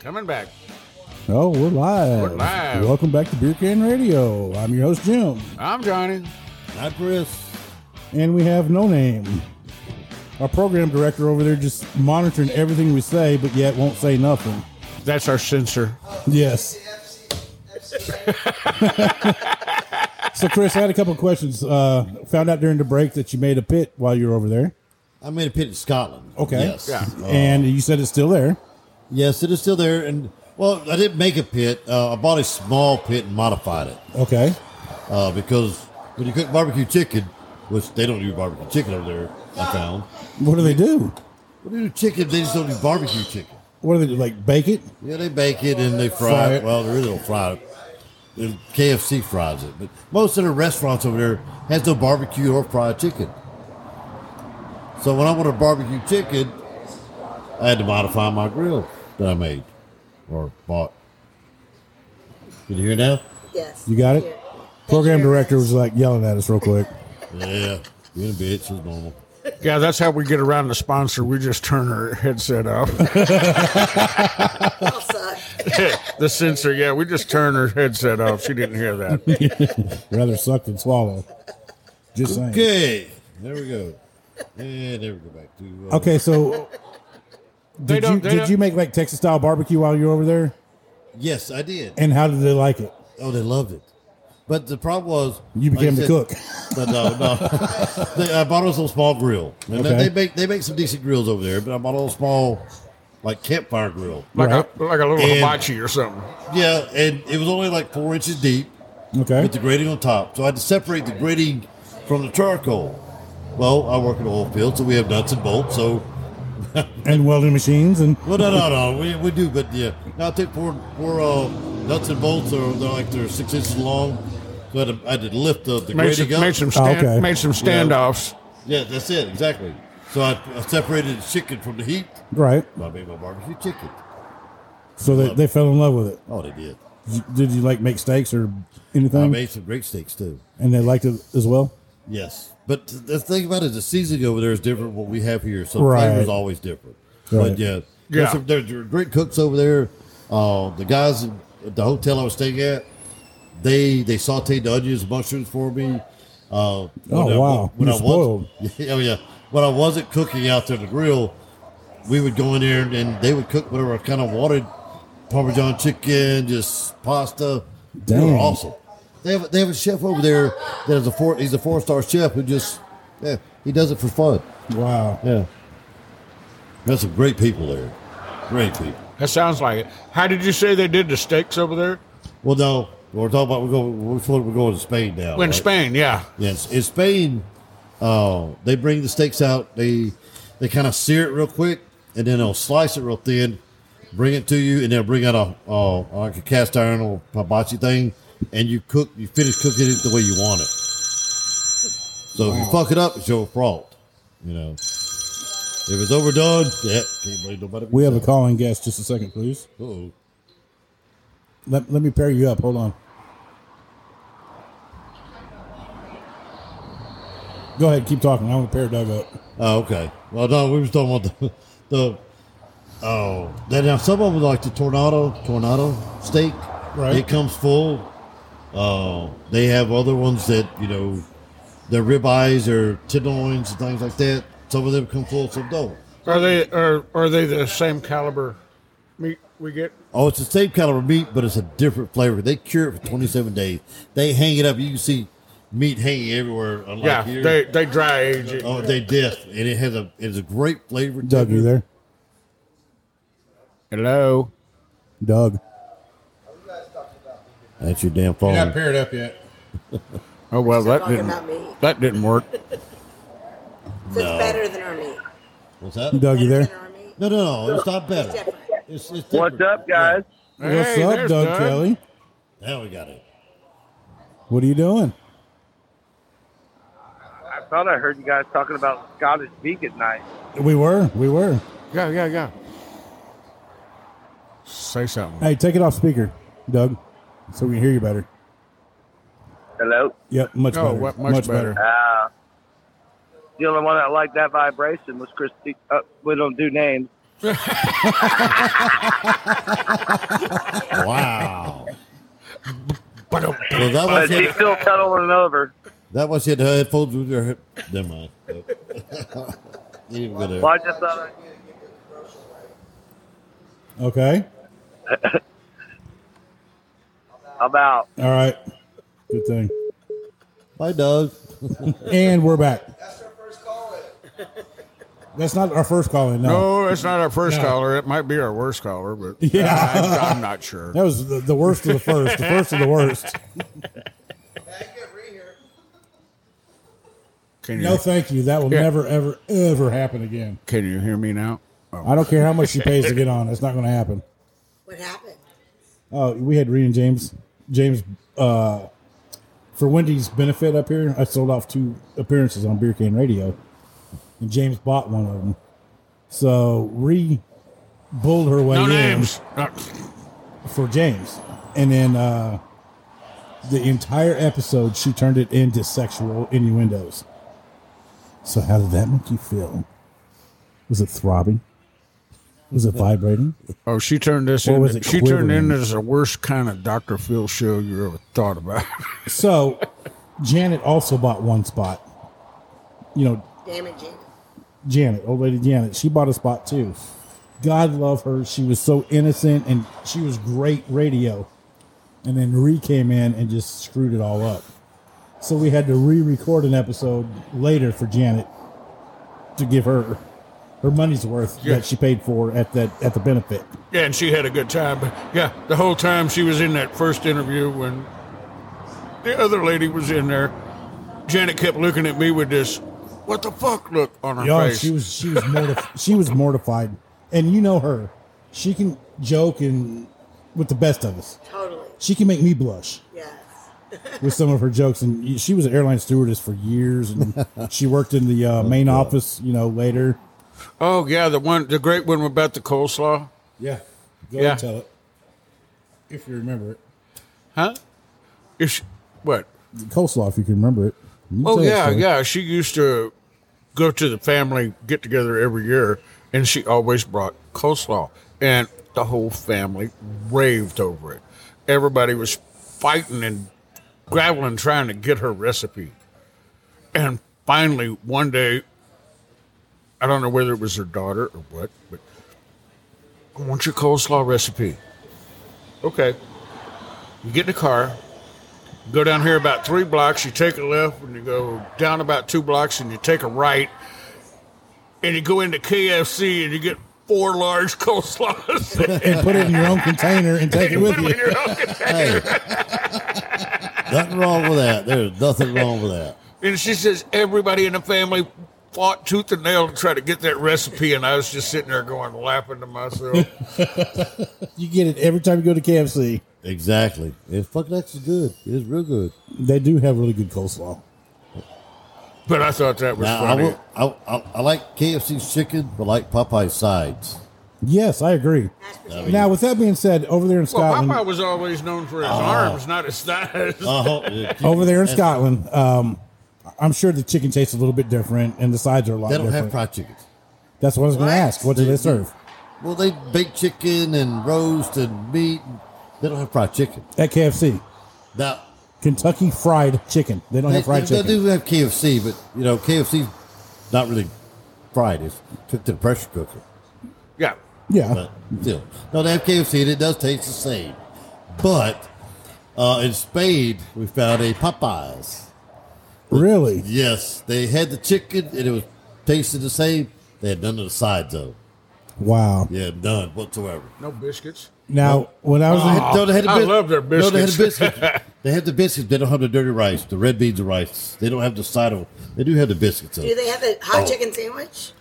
Coming back. Oh, we're live. We're live. Welcome back to Beer Can Radio. I'm your host, Jim. I'm Johnny. Not Chris. And we have no name. Our program director over there just monitoring everything we say, but yet won't say nothing. That's our censor. Yes. so, Chris, I had a couple of questions. Uh, found out during the break that you made a pit while you were over there. I made a pit in Scotland. Okay. Yes. Yeah. Uh, and you said it's still there. yes, it is still there. And well, I didn't make a pit. Uh, I bought a small pit and modified it Okay. uh, because when you cook barbecue chicken, which they don't do barbecue chicken over there, I found. What do they do? When they do chicken, they just don't do barbecue chicken. What do they do? Like bake it? Yeah, they bake it and they fry, Fry it. it. Well, they really don't fry it. The KFC fries it, but most of the restaurants over there has no barbecue or fried chicken. So when I want a barbecue chicken, I had to modify my grill that I made or bought. Can you hear now? Yes. You got it? Program director was like yelling at us real quick. Yeah, being a bitch is normal. Yeah, that's how we get around the sponsor. We just turn our headset off. Y'all suck. the censor, yeah, we just turn her headset off. She didn't hear that. Rather suck than swallow. Just saying. Okay, there we go. And there we go back to. Uh, Okay, so They did don't- you they did don't- you make like Texas style barbecue while you were over there? Yes, I did. And how did they like it? Oh, they loved it. But the problem was You like became I the said- cook. But no, no. they, I bought us a little small grill. And they- Okay. they make they make some decent grills over there, but I bought a little small like campfire grill. Like, Right. a, like a little And- hibachi or something. Yeah, and it was only like four inches deep Okay. with the grating on top. So I had to separate the grating from the charcoal. Well, I work in the oil field, so we have nuts and bolts, so And welding machines and well no no no we, we do but yeah. Now I think four four uh, nuts and bolts are they're like they're six inches long. So I had to, I had to lift the, the Made grating some, up. made some, stand, okay. made some standoffs. Yeah, that's it, exactly. So I, I separated the chicken from the heat. right. I made my barbecue chicken. So they, they fell in love with it. Oh, they did. You- Did you like make steaks or I anything? made some great steaks too. And they liked it as well? Yes, but the thing about it, the seasoning over there is different. What we have here, so Right. flavor flavor's always different. Right. But yeah, Yeah. there's some there's great cooks over there. Uh, the guys at the hotel I was staying at, they they sauteed the onions, mushrooms for me. Uh, when Oh, I- wow. When You I spoiled. was, yeah, oh yeah, when I wasn't cooking out there at the grill, we would go in there and, and they would cook whatever I kind of wanted, parmesan chicken, just pasta. They Dang. were awesome. They have, they have a chef over there that is a four. He's a four star chef who just yeah, he does it for fun. Wow. Yeah, that's some great people there. Great people. That sounds like it. How did you say they did the steaks over there? Well, no, we're talking about we're going. Which one we're going to Spain now? In right? Spain, yeah. Yes, in Spain, uh, they bring the steaks out. They they kind of sear it real quick, and then they'll slice it real thin, bring it to you, and they'll bring out a uh, like a cast iron or hibachi thing, and you cook. You finish cooking it the way you want it. So if you fuck it up, it's your fault. You know, if it's overdone, yeah, can't blame nobody. but We have a yourself. calling guest just a second, please. Uh-oh. Let, let me pair you up. Hold on. Go ahead, keep talking. I'm gonna pair Doug up. Oh, okay. Well, no, we was talking about the, the oh, then now some of them like the tornado, tornado steak. Right. It comes full. Uh, they have other ones that you know, their ribeyes or tenderloins and things like that. Some of them come full, some don't. Are they are, are they the same caliber meat we get? Oh, it's the same caliber meat, but it's a different flavor. They cure it for 27 days. They hang it up. You can see meat hanging everywhere. Unlike yeah, here. they, they dry age it. oh, they death, and it has a it's a great flavor. Doug, you texture. there? Hello. Doug. That's your damn phone. paired up yet. Oh well, that Talking didn't about me. that didn't work. So it's better than our meat. What's that? Doug, you Better there? than our meat. No, no, no. It's not better. Different. It's, it's What's different. up, guys? What's Hey, up, there's Doug, Kelly? Now we got it. What are you doing? I thought I heard you guys talking about Scottish Beacon Night. We were, we were. Yeah, yeah, yeah. Say something. Hey, take it off speaker, Doug, so we can hear you better. Hello? Yep, much Oh, better. what- much better. Ah. Uh, the only one that liked that vibration was Christy. Uh, we don't do names. Wow. But uh, Well, that But was she's it. still pedaling over. That was it. Headphones with your head. Never mind. Didn't even go there. Well, I just thought I- Okay. I'm out. All right. Good thing. Bye, Doug. And we're back. That's not our first call in. No. no, that's not our first No. caller. It might be our worst caller, but Yeah. I, I'm not sure. That was the, the worst of the first. The first of the worst. Can you No, thank you. That will Yeah. never, ever, ever happen again. can you hear me now? I don't care how much she pays to get on. It's not going to happen. What happened? Oh, we had Reed and James. James, uh, for Wendy's benefit up here, I sold off two appearances on Beer Can Radio, and James bought one of them. So Ree bulled her way No in names. Uh, for James, and then uh, the entire episode she turned it into sexual innuendos. So how did that make you feel? Was it throbbing? Was it vibrating? Oh, she turned this Or was into it she turned quivering? into the worst kind of Dr. Phil show you ever thought about. So Janet also bought one spot. You know, Damaging. Janet, old lady Janet, she bought a spot too. God love her. She was so innocent and she was great radio. And then Ree came in and just screwed it all up. So we had to re record an episode later for Janet to give her her money's worth Yeah. that she paid for at that at the benefit. yeah, and she had a good time. But yeah, the whole time she was in that first interview when the other lady was in there, Janet kept looking at me with this what the fuck look on her Yeah, face. she was she was mortif- she was mortified. And you know her. She can joke and with the best of us. Totally. She can make me blush. Yes. with some of her jokes. And she was an airline stewardess for years, and she worked in the uh, main office. You know, later. oh yeah, the one the great one about the coleslaw. Yeah, go Yeah. and tell it if you remember it. Huh? If she, what? The coleslaw, if you can remember it. You Oh tell it, yeah, son. yeah. She used to go to the family get together every year, and she always brought coleslaw, and the whole family raved over it. Everybody was fighting and graveling trying to get her recipe, and finally one day, I don't know whether it was her daughter or what, but I want your coleslaw recipe. Okay, you get in the car, go down here about three blocks, you take a left, and you go down about two blocks, and you take a right, and you go into KFC, and you get four large coleslaws. And put it in your own container and take it with Put 'em in you. your own container. Hey, nothing wrong with that. There's nothing wrong with that. and she says everybody in the family fought tooth and nail to try to get that recipe, and I was just sitting there going, laughing to myself. You get it every time you go to KFC. Exactly. It's fucking actually good. It is real good. They do have really good coleslaw. but I thought that was Now, I, funny. will, I, I, I like KFC's chicken, but like Popeye's sides. Yes, I agree. Mashed I potatoes. mean- Now, with that being said, over there in well, Scotland, Popeye was always known for Uh, his arms, not his thighs. Oh, Uh-huh. over there in Scotland, um, I'm sure the chicken tastes a little bit different, and the sides are a lot They don't different. have fried chickens. That's what I was going to ask. What do they serve? Well, they bake chicken and roast and meat. They don't have fried chicken. At KFC. Now, Kentucky Fried Chicken. They don't they, have fried they- they chicken. do have KFC, but, you know, KFC's not really fried. It's cooked in a pressure cooker. yeah. Yeah, But still. No, they have KFC, and it does taste the same. But uh, in Spain, we found a Popeyes. really. Yes, they had the chicken, and it was tasted the same. They had none of the sides, though. Wow. Yeah, none whatsoever. No biscuits. Now, when I was They had- no, they had the I bis- love their no, they had the biscuits. biscuits. they have the biscuits. They don't have the dirty rice, the red beans of rice. They don't have the side of. They do have the biscuits, though. Do they have the hot Oh. chicken sandwich?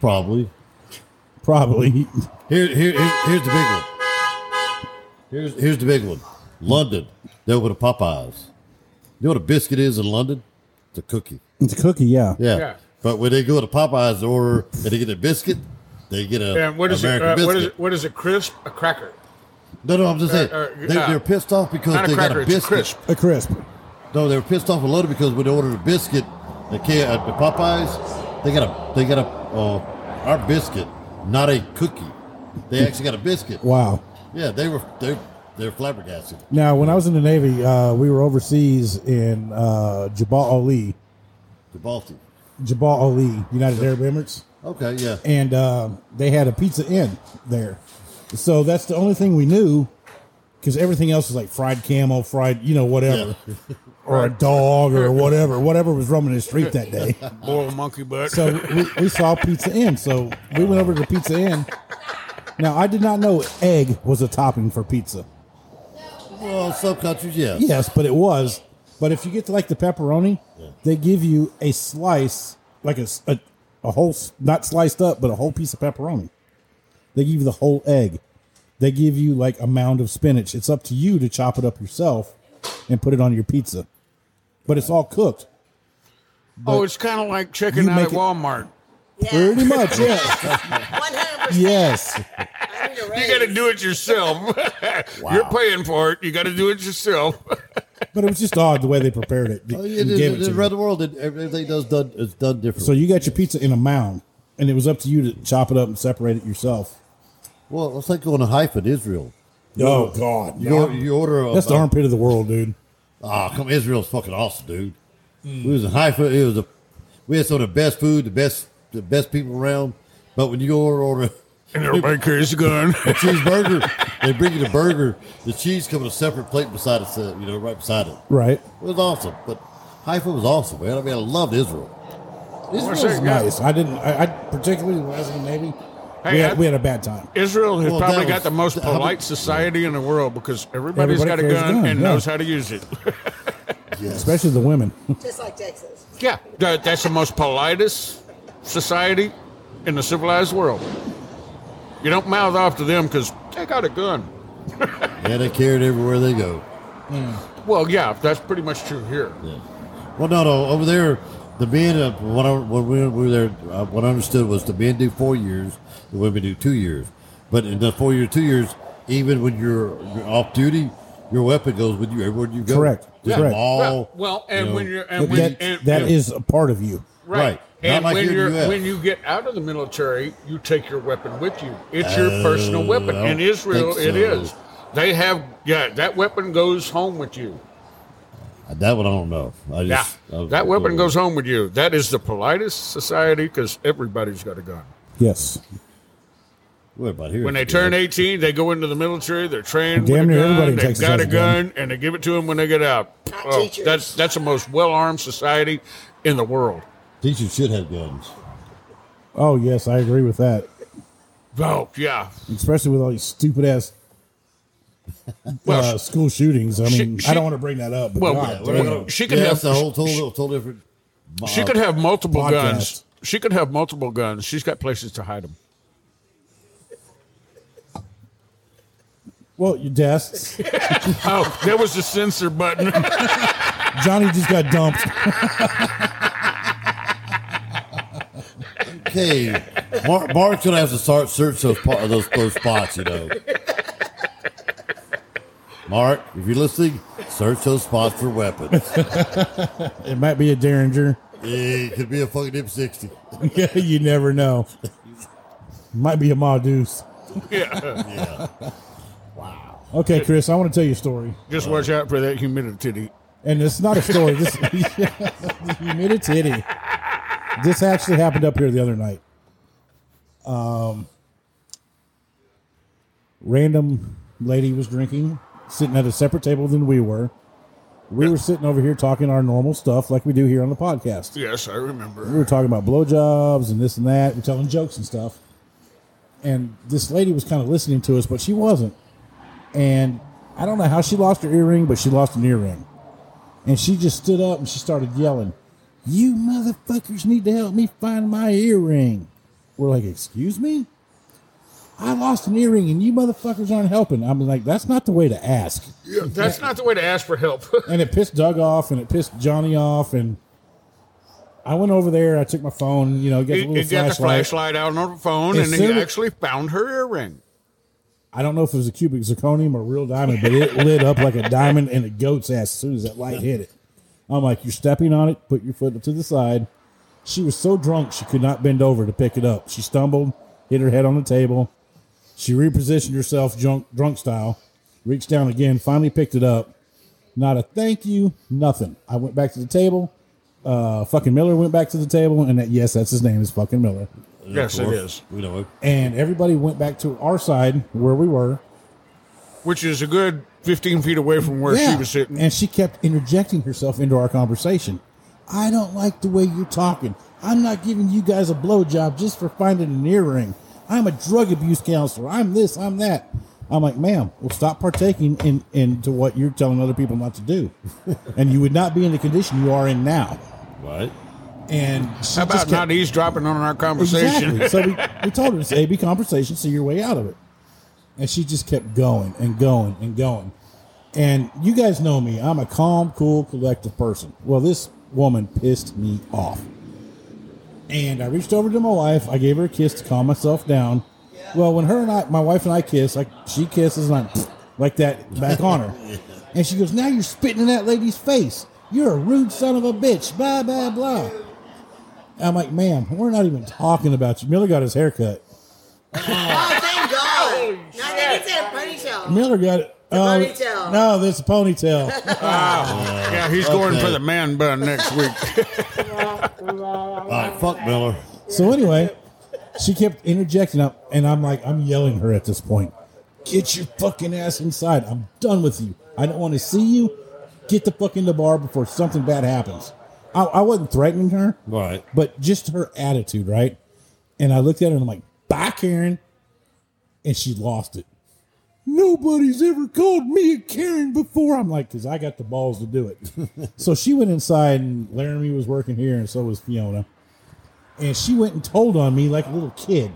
Probably. probably Here, here, here, here's the big one. Here's here's the big one. London. They open a Popeyes. You know what a biscuit is in London? It's a cookie. it's a cookie. Yeah. Yeah. Yeah. But when they go to Popeyes to order and they get a biscuit, they get a And what is American it? Uh, biscuit. what is it? What is it? Crisp? A cracker? No, no, I'm just saying Uh, uh, they, yeah. they're pissed off because Not they a got cracker. a It's a biscuit. crisp. a crisp. No, they were pissed off a lot because when they ordered a biscuit, the, K- uh, the Popeyes, they got a they got a uh, our biscuit not a cookie. They actually got a biscuit. Wow. Yeah, they were they they're flabbergasted. Now, when I was in the Navy, uh, we were overseas in uh, Jabal Ali, The Balti. Jabal Ali, United Arab Emirates, Okay, yeah. and uh, they had a pizza inn there. So that's the only thing we knew because everything else was like fried camel, fried, you know, whatever, or a dog or whatever, whatever was roaming the street that day. Boiled monkey butt. So we, we saw Pizza Inn. So we went over to Pizza Inn. Now, I did not know egg was a topping for pizza. Well, some countries, yeah. Yes, but it was. But if you get to like the pepperoni, they give you a slice, like a, s- a, a whole, s- not sliced up, but a whole piece of pepperoni. They give you the whole egg. They give you like a mound of spinach. It's up to you to chop it up yourself and put it on your pizza. But it's all cooked. oh, it's kind of like chicken You out make at it- Walmart. Pretty Yeah, much, yes. one hundred percent. yes. I need a You got to raise. do it yourself. You're paying for it. You got to do it yourself. But it was just odd the way they prepared it. Oh, and yeah, gave it it, to it, you. around the world, it, everything does done is done differently. So you got your pizza in a mound, and it was up to you to chop it up and separate it yourself. well, it's like going to Haifa, in Israel. Oh God, You, go, you order a, that's the armpit of the world, dude. Ah, come Israel's fucking awesome, dude. We was in Haifa. It was a we had some of the best food, the best the best people around. But when you go order, order and everybody carries a gun. a cheeseburger, they bring you the burger. The cheese comes in a separate plate beside it, you know, right beside it. Right? It was awesome. But Haifa was awesome, man. I mean, I loved Israel. This sure, was yeah. nice. I didn't. I, I particularly when I was in the Navy, Hey, we, had, I- we had a bad time. Israel has Well, probably that was- got the most that- how polite about- society in the world because everybody's Everybody got a carries a gun, gun, and yeah. knows how to use it. Yes. Especially the women. Just like Texas. yeah, that- that's the most politest society in the civilized world. You don't mouth off to them because they got a gun. yeah, they carried everywhere they go. Well, yeah, that's pretty much true here. Yeah. Well, no, no. Over there, the men, uh, what I, when we were there, uh, what I understood was the men do four years, the women do two years. But in the four year, two years, even when you're, you're off duty, your weapon goes with you everywhere you go. Correct. Just Correct. All, well, well, and you know, when you're and But when that and, that and- is a part of you. right, right. and Not like when here in you're the US. when you get out of the military, you take your weapon with you. It's your Uh, personal weapon. I don't In Israel, think it so. is. They have yeah, that weapon goes home with you. that one I don't know. I Yeah, just, I was- that weapon goes home with you. That is the politest society because everybody's got a gun. Yes. What about here? When they turn 18, they go into the military. They're trained with a Damn near gun. everybody in They've Texas got a has a gun. gun, and they give it to them when they get out. Not teachers. that's that's the most well-armed society in the world. teachers should have guns. Oh yes, I agree with that. Oh yeah, Especially with all these stupid ass. Well, uh, school shootings. I she- mean, she- I don't want to bring that up. But Well, God, well, damn. she could yeah, have- that's a whole total, total different. she could have multiple podcast. guns. She could have multiple guns. She's got places to hide them. well, your desks. Oh, there was the censor button. Johnny just got dumped. Okay, Mark, Mark's gonna have to start search those po- those those spots, you know. Mark, if you're listening, search those spots for weapons. It might be a derringer. It could be a fucking M60. Yeah, you never know. Might be a Modus. yeah, Yeah, Okay, Chris, I want to tell you a story. just watch out for that humidity. And it's not a story. This the humidity. This actually happened up here the other night. Um, random lady was drinking, sitting at a separate table than we were. We were sitting over here talking our normal stuff like we do here on the podcast. Yes, I remember. we were talking about blowjobs and this and that. We're telling jokes and stuff. And this lady was kind of listening to us, but she wasn't. And I don't know how she lost her earring, but she lost an earring. And she just stood up and she started yelling, You motherfuckers need to help me find my earring. We're like, Excuse me? I lost an earring and you motherfuckers aren't helping. I'm like, That's not the way to ask. Yeah, that's not the way to ask for help. And it pissed Doug off, and it pissed Johnny off, and I went over there. I took my phone, you know, got he the little he got the flashlight. flashlight out on her phone, As and he soon as- actually found her earring. I don't know if it was a cubic zirconium or real diamond, but it lit up like a diamond in a goat's ass as soon as that light hit it. I'm like, you're stepping on it. Put your foot to the side. She was so drunk she could not bend over to pick it up. She stumbled. hit her head on the table. She repositioned herself drunk, drunk style, reached down again, finally picked it up. Not a thank you, nothing. I went back to the table. Uh, fucking Miller went back to the table, and that, yes, that's his name is fucking Miller. Yes, it is. We know it. And everybody went back to our side where we were, Which is a good 15 feet away from where she was sitting. And she kept interjecting herself into our conversation. I don't like the way you're talking. I'm not giving you guys a blowjob just for finding an earring. I'm a drug abuse counselor. I'm this, I'm that. I'm like, ma'am, well, stop partaking in into what you're telling other people not to do. and you would not be in the condition you are in now. Right. And she How just about kept- not eavesdropping on our conversation? Exactly. So we, we told her it's A B conversation, see your way out of it. And she just kept going and going and going. And you guys know me. I'm a calm, cool, collective person. Well, this woman pissed me off. And I reached over to my wife. I gave her a kiss to calm myself down. Well, when her and I, my wife and I kiss, like she kisses and I'm like that back on her. And she goes, Now you're spitting in that lady's face. You're a rude son of a bitch. Blah, blah, blah. I'm like, ma'am, we're not even talking about you. Miller got his hair cut. Oh, thank God. Now they can say a ponytail. Miller got it. The ponytail. No, there's a ponytail. yeah, he's going Okay. for the man bun next week. All right. Fuck Miller. so anyway, she kept interjecting up, and I'm like, I'm yelling at her at this point. Get your fucking ass inside. I'm done with you. I don't want to see you. Get the fuck in the bar before something bad happens. I, I wasn't threatening her, Right. but just her attitude, right? And I looked at her and I'm like, bye, Karen. And she lost it. Nobody's ever called me a Karen before. I'm like, because I got the balls to do it. so she went inside, and Laramie was working here, and so was Fiona. And she went and told on me like a little kid.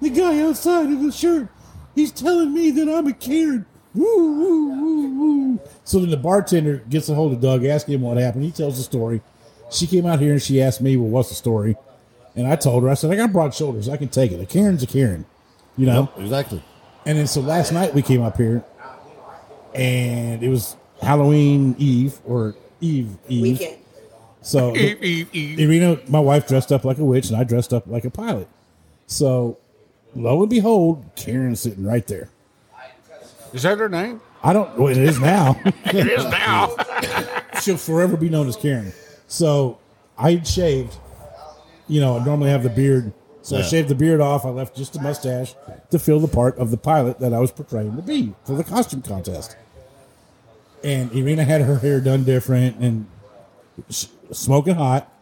The guy outside in the shirt, he's telling me that I'm a Karen. Woo, woo, woo, woo. So then the bartender gets a hold of Doug, asking him what happened. He tells the story. She came out here and she asked me, Well, what's the story? And I told her, I said, I got broad shoulders. I can take it. A Karen's a Karen. You know? Yep, exactly. And then so last night we came up here, and it was Halloween Eve or Eve Eve. Weekend. So E- e- e- you know, my wife dressed up like a witch, and I dressed up like a pilot. So lo and behold, Karen's sitting right there. Is that her name? I don't. Well, it is now. It is now. She'll forever be known as Karen. So I had shaved. You know, I normally have the beard. So I Yeah. shaved the beard off. I left just the mustache to fill the part of the pilot that I was portraying to be for the costume contest. And Irina had her hair done different and s- smoking hot,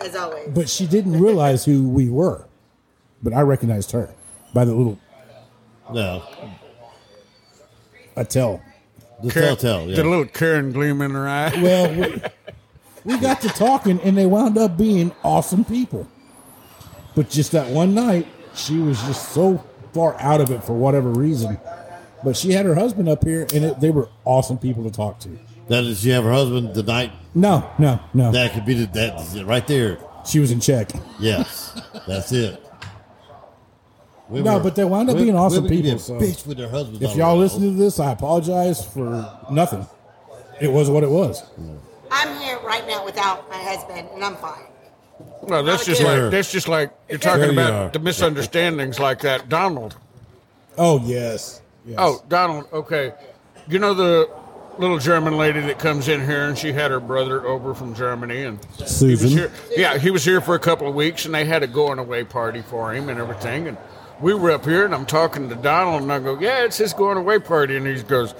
As always. but she didn't realize who we were. But I recognized her by the little No. I tell. The Karen- telltale. Yeah. The little Karen gleam in her eye. Well, we, we got to talking, and they wound up being awesome people. But just that one night, she was just so far out of it for whatever reason. But she had her husband up here, and it, they were awesome people to talk to. that is, you have her husband the night No, no, no. that could be the, that's it right there. she was in check. Yes, that's it. We No, but they wound up being awesome women can be people, so- a bitch with their husbands. If all y'all around. listen to this, I apologize for nothing. It was what it was. I'm here right now without my husband, and I'm fine. Well, that's just Sure. like that's just like you're There talking you about are. the misunderstandings like that. Donald. Oh yes. yes. Oh, Donald. Okay. You know the little German lady that comes in here, and she had her brother over from Germany, and he was Susan. here. Yeah, he was here for a couple of weeks, and they had a going away party for him and everything. And we were up here, and I'm talking to Donald, and I go, "Yeah, it's his going away party," and he goes.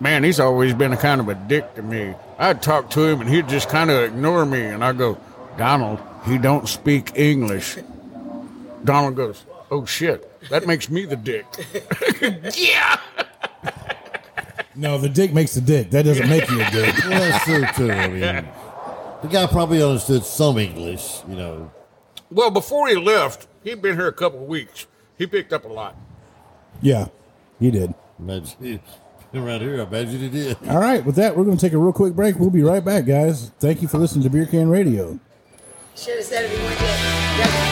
Man, he's always been a kind of a dick to me. I'd talk to him and he'd just kind of ignore me. And I go, Donald, he don't speak English. Donald goes, Oh shit, that makes me the dick. yeah. No, the dick makes the dick. That doesn't make you a dick. well, that's true too. I mean, the guy probably understood some English. You know, Well, before he left, he'd been here a couple of weeks. He picked up a lot. Yeah, you did. imagine around here. I imagine he did. All right, with that, we're going to take a real quick break. We'll be right back, guys. Thank you for listening to Beer Can Radio. Should have said it if he wanted to.